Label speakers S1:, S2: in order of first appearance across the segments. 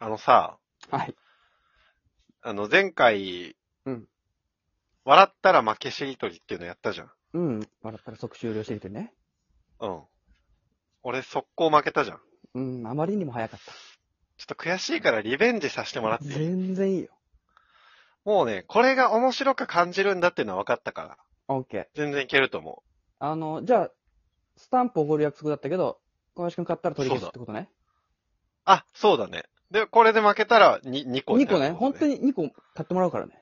S1: あのさ、
S2: はい。
S1: あの前回、
S2: うん
S1: 笑ったら負けしりとりっていうのやったじゃん。
S2: うん。笑ったら即終了してきてね。
S1: うん。俺速攻負けたじゃん。ちょ
S2: うん。あまりにも早かった。
S1: っと悔しいからリベンジさせてもらっていい。
S2: 全然いいよ。
S1: もうね、これが面白く感じるんだっていうのは分かったから、
S2: オッケー。
S1: 全然いけると思
S2: あの、じゃあ、スタンプおごる約束だったけど、小林くん買ったら取り消すってことね。
S1: う。あ、そうだね。で、これで負けたら 2, 2個
S2: 2個ね。本当
S1: に。
S2: に2個買ってもらうからね。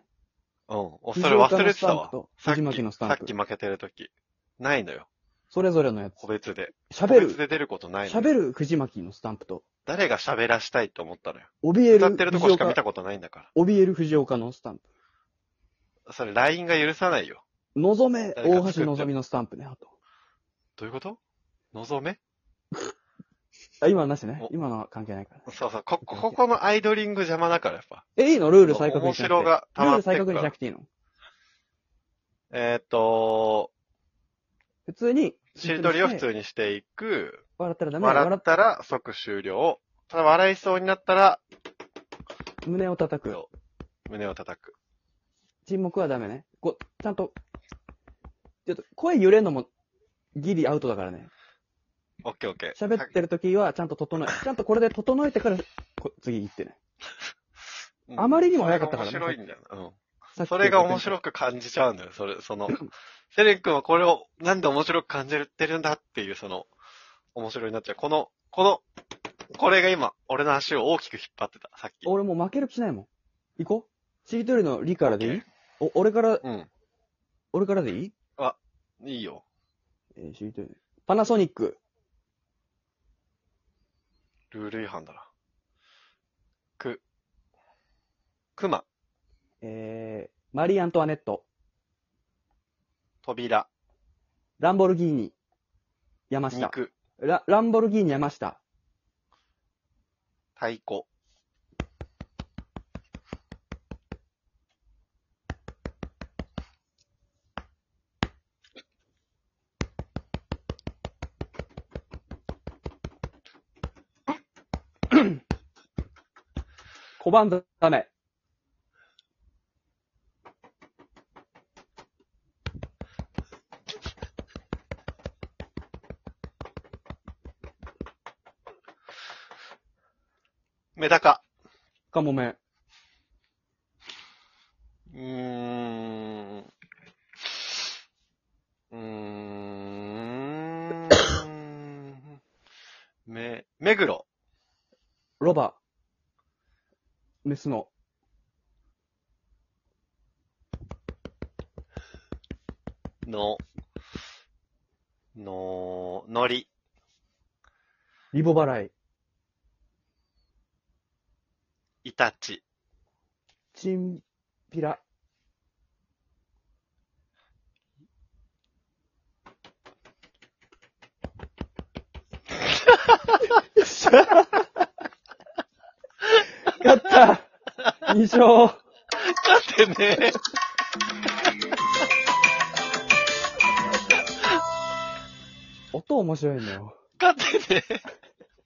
S1: うん。おそれ忘れてたわ。さっ
S2: 藤巻
S1: き、
S2: のスタン
S1: さ
S2: プ
S1: っき負けてる時。ないのよ。
S2: それぞれのやつ。
S1: 個別で。
S2: 喋
S1: 個別
S2: る。
S1: で出ることないのよ。
S2: 喋る藤巻のスタンプと、
S1: 誰が喋らしたいと思ったのよ。
S2: 怯え
S1: 歌
S2: る
S1: ってるとこ
S2: 藤
S1: しか見
S2: 岡、
S1: たことないんだか
S2: 怯える藤岡のスタンプ。
S1: ら。それ LINE が許さないよ。
S2: 望め、
S1: 誰か
S2: 大
S1: 作って
S2: 橋望みのスタンプね、あと。
S1: どういうこと望め
S2: あ、今のなしね
S1: お。
S2: 今のは関係ないからね。
S1: そうそう、こ、ここのアイドリング邪魔だからやっぱ。
S2: え、いいのルール再確認
S1: 面
S2: しなくて。
S1: 白が溜
S2: ルー
S1: まっ
S2: ル
S1: て
S2: 再
S1: る
S2: 確
S1: か
S2: 認しな
S1: ら
S2: く。ていいの
S1: えーっと、
S2: 普通に、
S1: しりとりを普通にしていく。
S2: 笑ったらダメ。
S1: 笑
S2: 笑っ
S1: ったら即終了。ただ笑いそうになったら、
S2: 胸を叩く。
S1: 胸を叩く。
S2: 沈黙はダメね。こう、ちゃんと、ちょっと声揺れんのもギリアウトだからね。
S1: オッケーオッケー。
S2: 喋ってる時はちゃんと整え、ちゃんとこれで整えてから、こ次行ってね。
S1: うん
S2: あまりにも早かったからね
S1: それが面白いんだよな。うん。
S2: さっ き
S1: それが面白く感じちゃうんだよ。それ、その、セレン君はこれをなんで面白く感じてるんだっていう、その、面白いになっちゃう。この、この、これが今、俺の足を大きく引っ張ってた、さっき。
S2: 俺もう負ける気しないもん。行こう。しりとりのリからでいい
S1: OK
S2: お、俺から、
S1: うん。
S2: 俺からでいい
S1: いいよ。
S2: えーしりとり。パナソニック。
S1: ルール違反だな。く、くま、
S2: えー、マリー・アントワネット。
S1: 扉、
S2: ランボルギーニ。山下。
S1: 肉、
S2: ラ、ランボルギーニ山下。
S1: 太鼓。
S2: 小判ダメ。
S1: メダカ。
S2: かもめ。
S1: うーん。うーん。め、目黒。
S2: ロバ。メスの。
S1: の、の、のり、
S2: リボ払い。
S1: いたち、
S2: チンピラ。勝った二勝
S1: 勝ってね
S2: 音面白いんだよ。
S1: 勝ってね